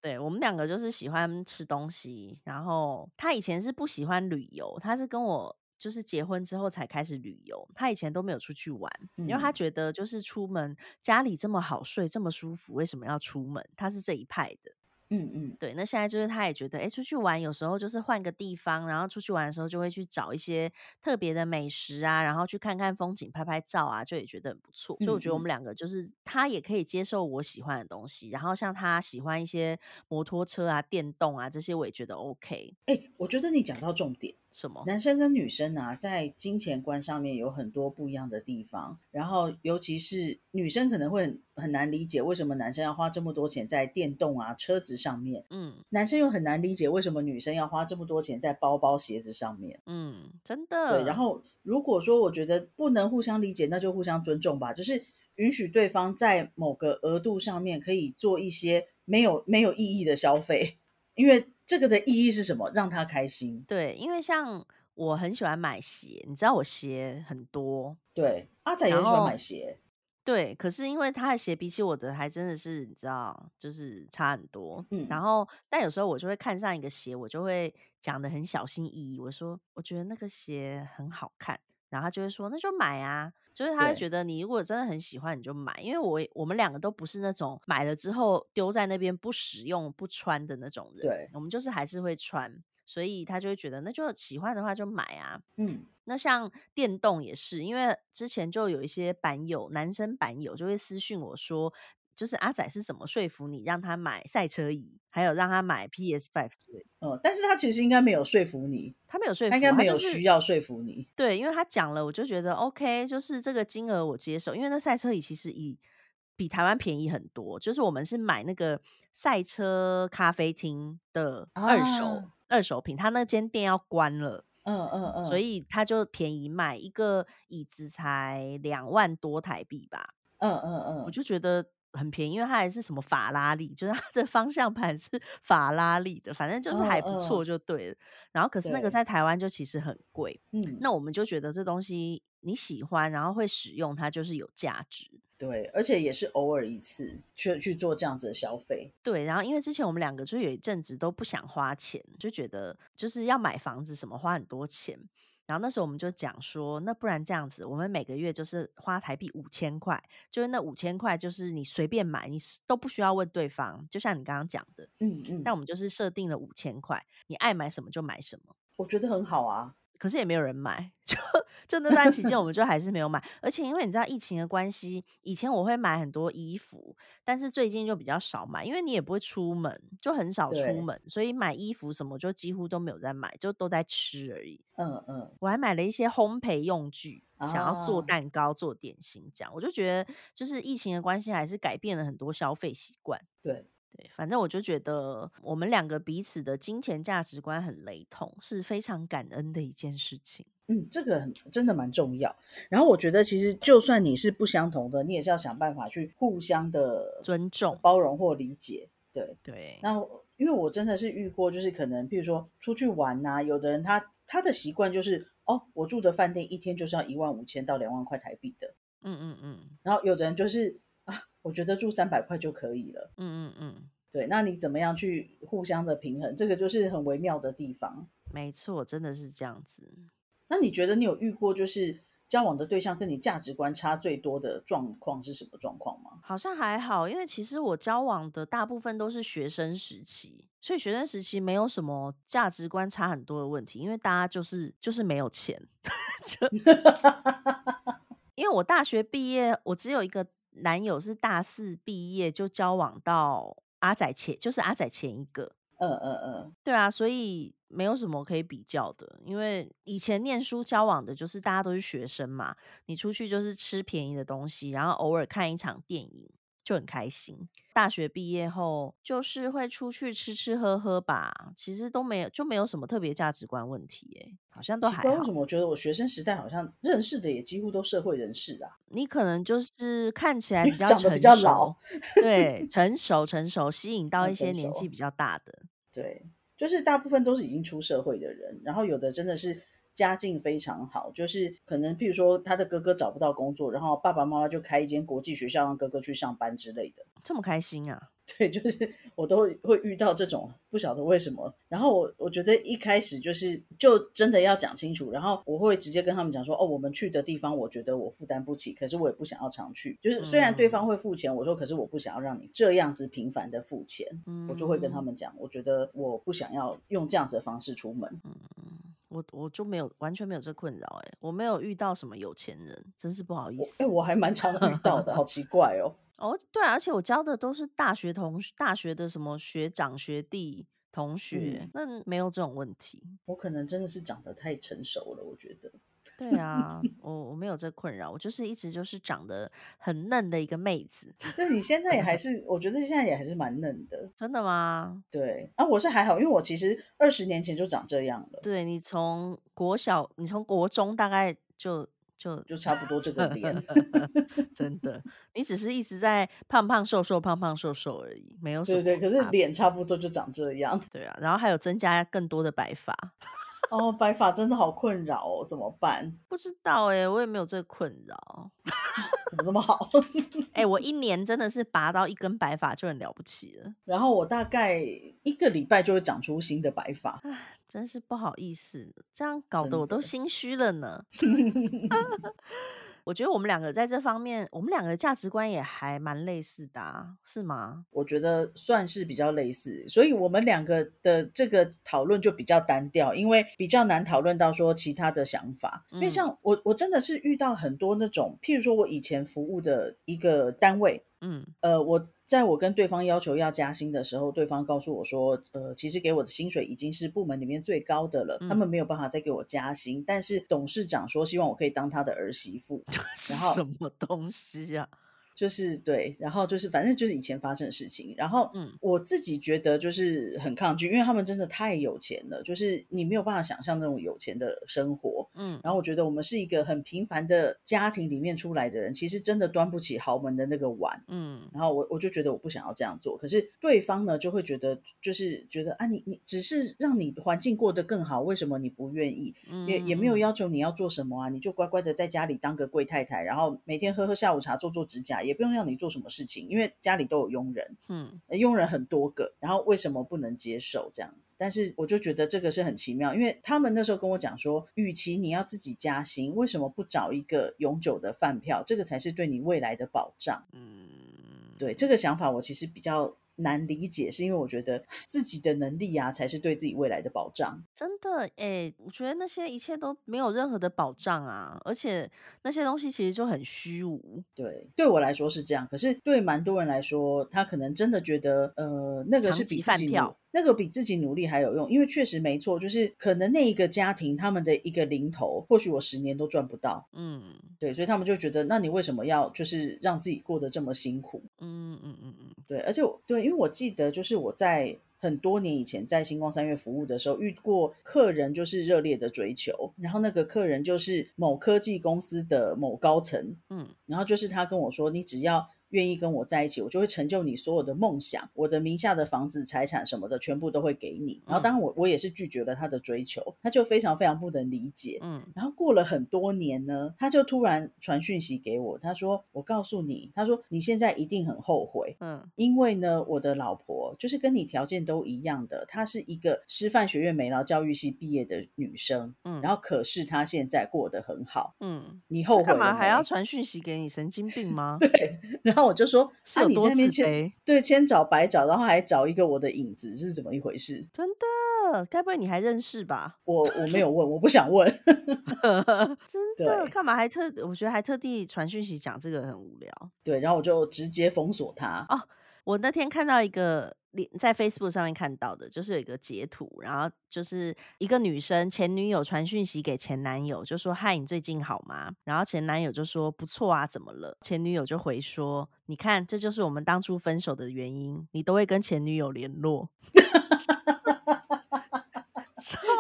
B: 对我们两个就是喜欢吃东西，然后他以前是不喜欢旅游，他是跟我就是结婚之后才开始旅游，他以前都没有出去玩，因为他
A: 嗯
B: 觉得就是出门家里这么好睡这么舒服，为什么要出门？他是这一派的。
A: 嗯嗯
B: 对，那现在就是他也觉得，哎，出去玩有时候就是换个地方，然后出去玩的时候就会去找一些特别的美食啊，然后去看看风景、拍拍照啊，就也觉得很不错。所以
A: 嗯
B: 我觉得我
A: 嗯
B: 们两个就是他也可以接受我喜欢的东西，然后像他喜欢一些摩托车啊、电动啊这些，我也觉得 OK。
A: 哎、我觉得你讲到重点，
B: 什么？
A: 男生跟女生啊，在金钱观上面有很多不一样的地方，然后尤其是女生可能会很很难理解为什么男生要花这么多钱在电动啊、车子上面，
B: 嗯
A: 男生又很难理解为什么女生要花这么多钱在包包、鞋子上面。
B: 嗯，真
A: 对，
B: 的。
A: 然后如果说我觉得不能互相理解，那就互相尊重吧，就是允许对方在某个额度上面可以做一些没有没有意义的消费，因为这个的意义是什么？让他开心。
B: 对，因为像我很喜欢买鞋，你知道我鞋很多，
A: 对，阿仔也
B: 然
A: 很喜欢
B: 后
A: 买鞋，
B: 对，可是因为他的鞋比起我的还真的是你知道，就是差很多。然
A: 嗯，
B: 后，但有时候我就会看上一个鞋，我就会讲的很小心翼翼，我说我觉得那个鞋很好看，然后他就会说那就买啊。就是他会
A: 对，
B: 觉得你如果真的很喜欢，你就买，因为我也我们两个都不是那种买了之后丢在那边不使用不穿的那种人，
A: 对，
B: 我们就是还是会穿，所以他就会觉得那就喜欢的话就买啊。
A: 嗯，
B: 那像电动也是，因为之前就有一些版友，男生版友就会私讯我说，就是阿仔是怎么说服你让他买赛车椅，还有让他买 PS Five 之类的。
A: 哦、但是他其实应该没有说服你，
B: 他没有说
A: 他应
B: 服
A: 该
B: 我，他
A: 没
B: 就
A: 有需
B: 是
A: 要说服你。
B: 对，因为他讲了，我就觉得 OK，就是这个金额我接受，因为那赛车椅其实以比台湾便宜很多，就是我们是买那个赛车咖啡厅的二手
A: 啊，
B: 二手品，他那间店要关了。
A: 嗯嗯
B: 所
A: 嗯
B: 以他就便宜卖一个椅子才两万多台币吧，
A: 嗯嗯
B: 我
A: 嗯，
B: 就觉得很便宜，因为它还是什么法拉利，就是它的方向盘是法拉利的，反正就是
A: 嗯
B: 还不
A: 嗯，
B: 错就对了。然后可是那个
A: 对，
B: 在台湾就其实很贵，
A: 嗯。
B: 那我们就觉得这东西你喜欢，然后会使用它就是有价值。
A: 对，而且也是偶尔一次去去做这样子的消费。
B: 对，然后因为之前我们两个就有一阵子都不想花钱，就觉得就是要买房子什么花很多钱。然后那时候我们就讲说，那不然这样子，我们每个月就是花台币五千块，就是那五千块就是你随便买，你是都不需要问对方，就像你刚刚讲的。
A: 嗯
B: 但
A: 嗯，
B: 我们就是设定了五千块，你爱买什么就买什么。
A: 我觉得很好啊。
B: 可是也没有人买， 就就那段期间，我们就还是没有买。而且因为你知道疫情的关系，以前我会买很多衣服，但是最近就比较少买，因为你也不会出门，就很少出
A: 对，
B: 门，所以买衣服什么就几乎都没有在买，就都在吃而已。
A: 嗯嗯
B: 我还买了一些烘焙用具，想要做
A: 啊，
B: 蛋糕、做点心这样。我就觉得，就是疫情的关系，还是改变了很多消费习惯。
A: 对，
B: 对，反正我就觉得我们两个彼此的金钱价值观很雷同，是非常感恩的一件事情。
A: 嗯，这个很真的蛮重要。然后我觉得，其实就算你是不相同的，你也是要想办法去互相的
B: 尊重，
A: 包容或理解。对，
B: 对，
A: 那我因为我真的是遇过，就是可能譬如说出去玩呐、有的人他他的习惯就是哦，我住的饭店一天就是要一万五千到两万块台币的，
B: 嗯嗯嗯
A: 然后有的人就是啊，我觉得住三百块就可以了。
B: 嗯嗯嗯，
A: 对，那你怎么样去互相的平衡？这个就是很微妙的地方。
B: 没错，真的是这样子。
A: 那你觉得你有遇过就是交往的对象跟你价值观差最多的状况是什么状况吗？
B: 好像还好，因为其实我交往的大部分都是学生时期，所以学生时期没有什么价值观差很 多的问题，因为大家就是就是没有钱，就因为我大学毕业，我只有一个男友是大四毕业就交往到阿仔前，就是阿仔前一个，
A: 呃呃呃，
B: 对啊，所以没有什么可以比较的，因为以前念书交往的就是大家都是学生嘛，你出去就是吃便宜的东西，然后偶尔看一场电影就很开心。大学毕业后就是会出去吃吃喝喝吧，其实都没有就没有什么特别价值观问题、欸，好像都
A: 奇
B: 还
A: 怪，为
B: 好
A: 什。么我觉得我学生时代好像认识的也几乎都社会人士啊？
B: 你可能就是看起来
A: 因
B: 比
A: 为
B: 较
A: 长得
B: 成
A: 比较老
B: 熟，对，成熟成熟，吸引到
A: 嗯
B: 一些
A: 成
B: 年
A: 熟
B: 纪比较大的。
A: 对，就是大部分都是已经出社会的人，然后有的真的是家境非常好，就是可能譬如说他的哥哥找不到工作，然后爸爸妈妈就开一间国际学校让哥哥去上班之类的。
B: 这么开心啊！
A: 对，就是 我都会会遇到这种，不晓得为什么。然后我我觉得一开始就是就真的要讲清楚，然后我会直接跟他们讲说，哦，我们去的地方我觉得我负担不起，可是我也不想要常去。就是虽然对方会付钱，我说可是我不想要让你这样子频繁的付钱，
B: 嗯，
A: 我就会跟他们讲，我觉得我不想要用这样子的方式出门。
B: 嗯我我就没有完全没有这困扰哎、我没有遇到什么有钱人，真是不好意
A: 我
B: 思
A: 哎，我还蛮常遇到的，好奇怪哦。
B: 哦。对、啊，而且我交的都是大学同学大学的什么学长学弟同学，
A: 嗯
B: 那没有这种问题。
A: 我可能真的是长得太成熟了，我觉得。
B: 对啊，我我没有这困扰，我就是一直就是长得很嫩的一个妹子，
A: 对你现在也还是，我觉得现在也还是蛮嫩的。
B: 真的吗？
A: 对啊，我是还好，因为我其实二十年前就长这样了，
B: 对你从国小，你从国中大概就就
A: 就差不多 这个脸。
B: 真的，你只是一直在胖胖瘦瘦胖胖瘦瘦而已，没有什
A: 对
B: 么
A: 对，可是
B: 差别
A: 脸差不多就长这样。
B: 对啊，然后还有增加更多的白发，
A: 哦，白发真的好困扰哦，怎么办？
B: 不知道哎、我也没有这个困扰。
A: 怎么这么好？
B: 哎、我一年真的是拔到一根白发就很了不起了，
A: 然后我大概一个礼拜就会长出新的白发。
B: 啊真是不好意思，这样搞
A: 真
B: 得我都
A: 的
B: 心虚了 呢。我觉得我们两个在这方面，我们两个价值观也还蛮类似的、啊，是吗？
A: 我觉得算是比较类似，所以我们两个的这个讨论就比较单调，因为比较难讨论到说其他的想法。因为
B: 嗯
A: 像我，我真的是遇到很多那种，譬如说我以前服务的一个单位，
B: 嗯，
A: 呃，我在我跟对方要求要加薪的时候，对方告诉我说，呃，其实给我的薪水已经是部门里面最高的了，他
B: 嗯
A: 们没有办法再给我加薪，但是董事长说希望我可以当他的儿媳 妇，
B: 是
A: 后
B: 什么东西啊？
A: 就是对，然后就是反正就是以前发生的事情，然后
B: 嗯
A: 我自己觉得就是很抗拒，因为他们真的太有钱了，就是你没有办法想象那种有钱的生活。
B: 嗯，
A: 然后我觉得我们是一个很平凡的家庭里面出来的人，其实真的端不起豪门的那个碗。
B: 嗯，
A: 然后我我就觉得我不想要这样做，可是对方呢就会觉得就是觉得啊你你只是让你环境过得更好，为什么你不愿意？也也没有
B: 嗯
A: 要求你要做什么啊，你就乖乖的在家里当个贵太太，然后每天喝喝下午茶，做做指甲，也不用让你做什么事情，因为家里都有佣人，
B: 嗯
A: 呃佣人很多个，然后为什么不能接受这样子？但是我就觉得这个是很奇妙，因为他们那时候跟我讲说，与其你要自己加薪，为什么不找一个永久的饭票？这个才是对你未来的保障。
B: 嗯，
A: 对这个想法，我其实比较难理解，是因为我觉得自己的能力啊，才是对自己未来的保障。
B: 真的诶，我觉得那些一切都没有任何的保障啊，而且那些东西其实就很虚无。
A: 对，对我来说是这样，可是对蛮多人来说，他可能真的觉得，呃，那个
B: 长
A: 是
B: 期
A: 比自
B: 饭
A: 己努
B: 票，
A: 那个比自己努力还有用，因为确实没错，就是可能那一个家庭他们的一个零头，或许我十年都赚不到，
B: 嗯
A: 对，所以他们就觉得，那你为什么要就是让自己过得这么辛苦？
B: 嗯嗯嗯嗯，
A: 对，而且我对，因为我记得就是我在很多年以前在星光三月服务的时候，遇过客人就是热烈的追求，然后那个客人就是某科技公司的某高层，
B: 嗯，
A: 然后就是他跟我说，你只要愿意跟我在一起，我就会成就你所有的梦想，我的名下的房子、财产什么的，全部都会给你。然后当然我我也是拒绝了他的追求，他就非常非常不能理解，
B: 嗯
A: 然后过了很多年呢，他就突然传讯息给我，他说：“我告诉你，他说你现在一定很后悔，
B: 嗯
A: 因为呢，我的老婆就是跟你条件都一样的，她是一个师范学院美劳教育系毕业的女生，
B: 嗯，
A: 然
B: 后
A: 后可是她现在过得很好，
B: 嗯，
A: 你
B: 他
A: 后悔
B: 干
A: 了
B: 嘛还要
A: 没？”
B: 传讯息给你？神经病吗？
A: 然后我就说：“
B: 是
A: 啊，
B: 有
A: 你在
B: 多
A: 那边
B: 自
A: 千
B: 卑？
A: 对千找百找，然后还找一个我的影子，这是怎么一回事？”
B: 真的，呃该不会你还认识吧？
A: 我我没有问，我不想问。
B: 真的，
A: 对
B: 干嘛还特？我觉得还特地传讯息讲这个很无聊。
A: 对，然后我就直接封锁他。
B: 哦我那天看到一个连在 Facebook 上面看到的，就是有一个截图，然后就是一个女生前女友传讯息给前男友，就说：“嗨，你最近好吗？”然后前男友就说：“不错啊，怎么了？”前女友就回说：“你看，这就是我们当初分手的原因，你都会跟前女友联络。”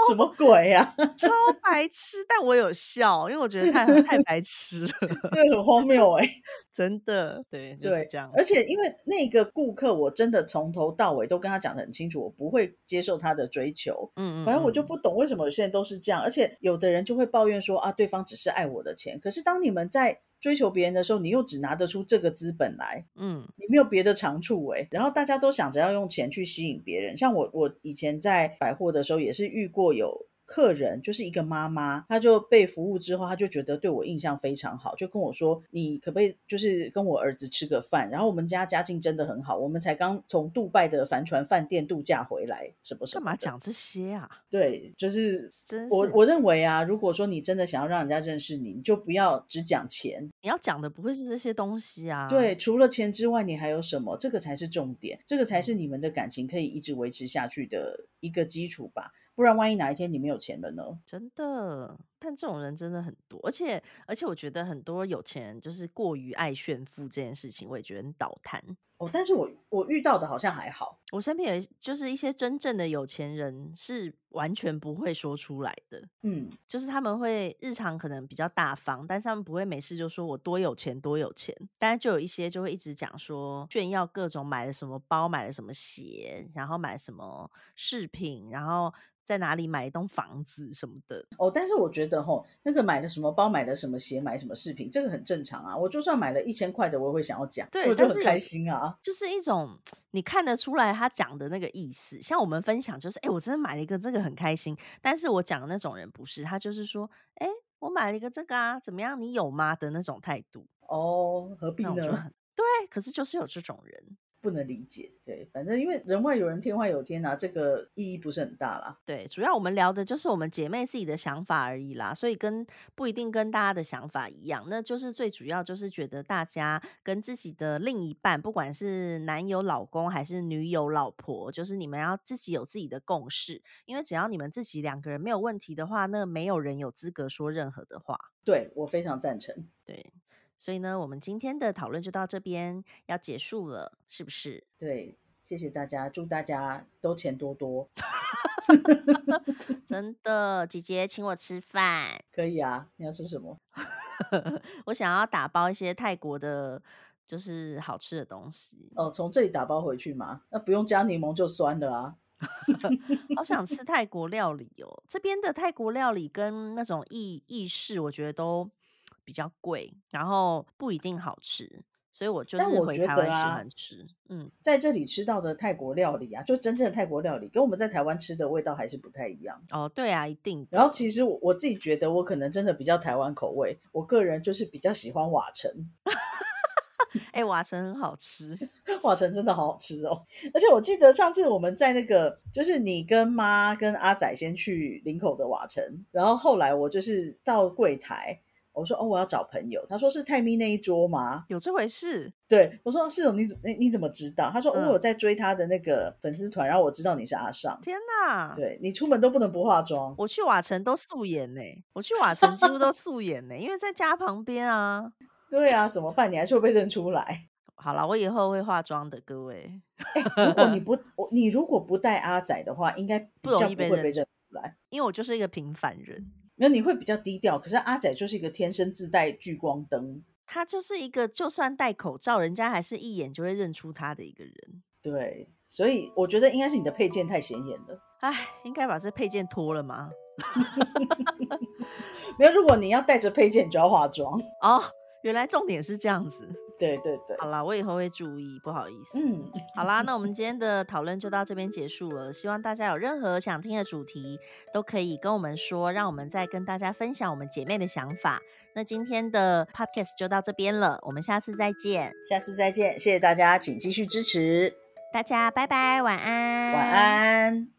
A: 什么鬼啊 呀、
B: 超白痴，但我有笑，因为我觉得太太白痴了，
A: 这很荒谬哎、
B: 真的，对，就是
A: 对
B: 这样，
A: 而且因为那个顾客，我真的从头到尾都跟他讲的很清楚，我不会接受他的追求。
B: 嗯嗯，
A: 反正我
B: 嗯
A: 就不懂为什么有些人都是这样，而且有的人就会抱怨说啊，对方只是爱我的钱。可是当你们在追求别人的时候，你又只拿得出这个资本来，
B: 嗯
A: 你没有别的长处哎、然后大家都想着要用钱去吸引别人，像我，我以前在百货的时候也是遇过有。客人就是一个妈妈，她就被服务之后，她就觉得对我印象非常好，就跟我说：“你可不可以就是跟我儿子吃个饭？”然后我们家家境真的很好，我们才刚从杜拜的帆船饭店度假回来，什么什
B: 干
A: 么
B: 嘛
A: 的？
B: 讲这些啊？
A: 对，就是
B: 真
A: 我
B: 是
A: 我认为啊，如果说你真的想要让人家认识你，你就不要只讲钱。
B: 你要讲的不会是这些东西啊？
A: 对，除了钱之外，你还有什么？这个才是重点，这个才是你们的感情可以一直维持下去的一个基础吧。不然，万一哪一天你没有钱了呢？
B: 真的，但这种人真的很多，而且而且，我觉得很多有钱人就是过于爱炫富这件事情，我也觉得很倒谈。
A: 哦，但是我我遇到的好像还好，
B: 我身边有一就是一些真正的有钱人是完全不会说出来的，
A: 嗯，
B: 就是他们会日常可能比较大方，但是他们不会没事就说我多有钱多有钱，但是就有一些就会一直讲说炫耀各种买了什么包，买了什么鞋，然后买什么饰品，然后在哪里买一栋房子什么的。
A: 哦，但是我觉得吼，那个买了什么包，买了什么鞋，买什么饰品，这个很正常啊。我就算买了一千块的，我也会想要讲，
B: 对
A: 我就
B: 但
A: 很
B: 是有
A: 开心啊。
B: 就是一种你看得出来他讲的那个意思。像我们分享就是，哎、我真的买了一个这个很开心，但是我讲的那种人不是，他就是说，哎、我买了一个这个啊，怎么样？你有吗？的那种态度，
A: 哦，何必
B: 那我就
A: 呢？
B: 很对。可是就是有这种人，
A: 不能理解，对，反正因为人外有人，天外有天啊，这个意义不是很大啦。
B: 对，主要我们聊的就是我们姐妹自己的想法而已啦，所以跟不一定跟大家的想法一样，那就是最主要就是觉得大家跟自己的另一半，不管是男友、老公还是女友、老婆，就是你们要自己有自己的共识，因为只要你们自己两个人没有问题的话，那没有人有资格说任何的话。
A: 对我非常赞成。
B: 对，所以呢，我们今天的讨论就到这边要结束了，是不是？
A: 对，谢谢大家，祝大家都钱多多，
B: 真的，姐姐请我吃饭。
A: 可以啊。你要吃什么？
B: 我想要打包一些泰国的，就是好吃的东西。
A: 哦，从这里打包回去嘛，那不用加柠檬就酸了啊。
B: 好 想吃泰国料理哦，这边的泰国料理跟那种意意式，我觉得都比较贵，然后不一定好吃，所以我就
A: 但
B: 是
A: 我
B: 回
A: 觉
B: 台
A: 得
B: 湾喜
A: 啊
B: 欢吃。嗯，
A: 在这里吃到的泰国料理啊，就真正的泰国料理，跟我们在台湾吃的味道还是不太一样。
B: 哦，对啊，一定
A: 然后
B: 的
A: 其实我我自己觉得，我可能真的比较台湾口味，我个人就是比较喜欢瓦城，
B: 哎，瓦城很好吃，
A: 瓦城真的好好吃哦。而且我记得上次我们在那个，就是你跟妈跟阿仔先去林口的瓦城，然后后来我就是到柜台，我说哦我要找朋友，他说是泰咪那一桌吗？
B: 有这回事。
A: 对，我说是哦，你怎么你你怎么知道？他说、哦
B: 嗯
A: 我有在追他的那个粉丝团，然后我知道你是阿尚，
B: 天哪！
A: 对你出门都不能不化妆。
B: 我去瓦城都素颜呢、我去瓦城几 乎都素颜呢、因为在家旁边啊。
A: 对啊，怎么办？你还是会被认出来。
B: 好了，我以后会化妆的，各位。
A: 如果你不我你如果不带阿仔的话，应该比
B: 容
A: 较
B: 易
A: 不
B: 被
A: 会
B: 认
A: 被认出来。
B: 因为我就是一个平凡人，
A: 那你会比较低调，可是阿仔就是一个天生自带聚光灯，
B: 他就是一个就算戴口罩，人家还是一眼就会认出他的一个人。
A: 对，所以我觉得应该是你的配件太显眼了。
B: 唉，应该把这配件脱了吗？
A: 没有，如果你要带着配件，你就要化妆。
B: 哦，原来重点是这样子。
A: 对对对，
B: 好啦，我以后会注意，不好意思。
A: 嗯，
B: 好啦，那我 们今天的讨论就到这边结束了。希望大家有任何想听的主题，都可以跟我们说，让我们再跟大家分享我们姐妹的想法。那今天的 podcast 就到这边了，我们下次再见，
A: 下次再见，谢谢大家，请继续支持，
B: 大家拜拜，晚安，
A: 晚安。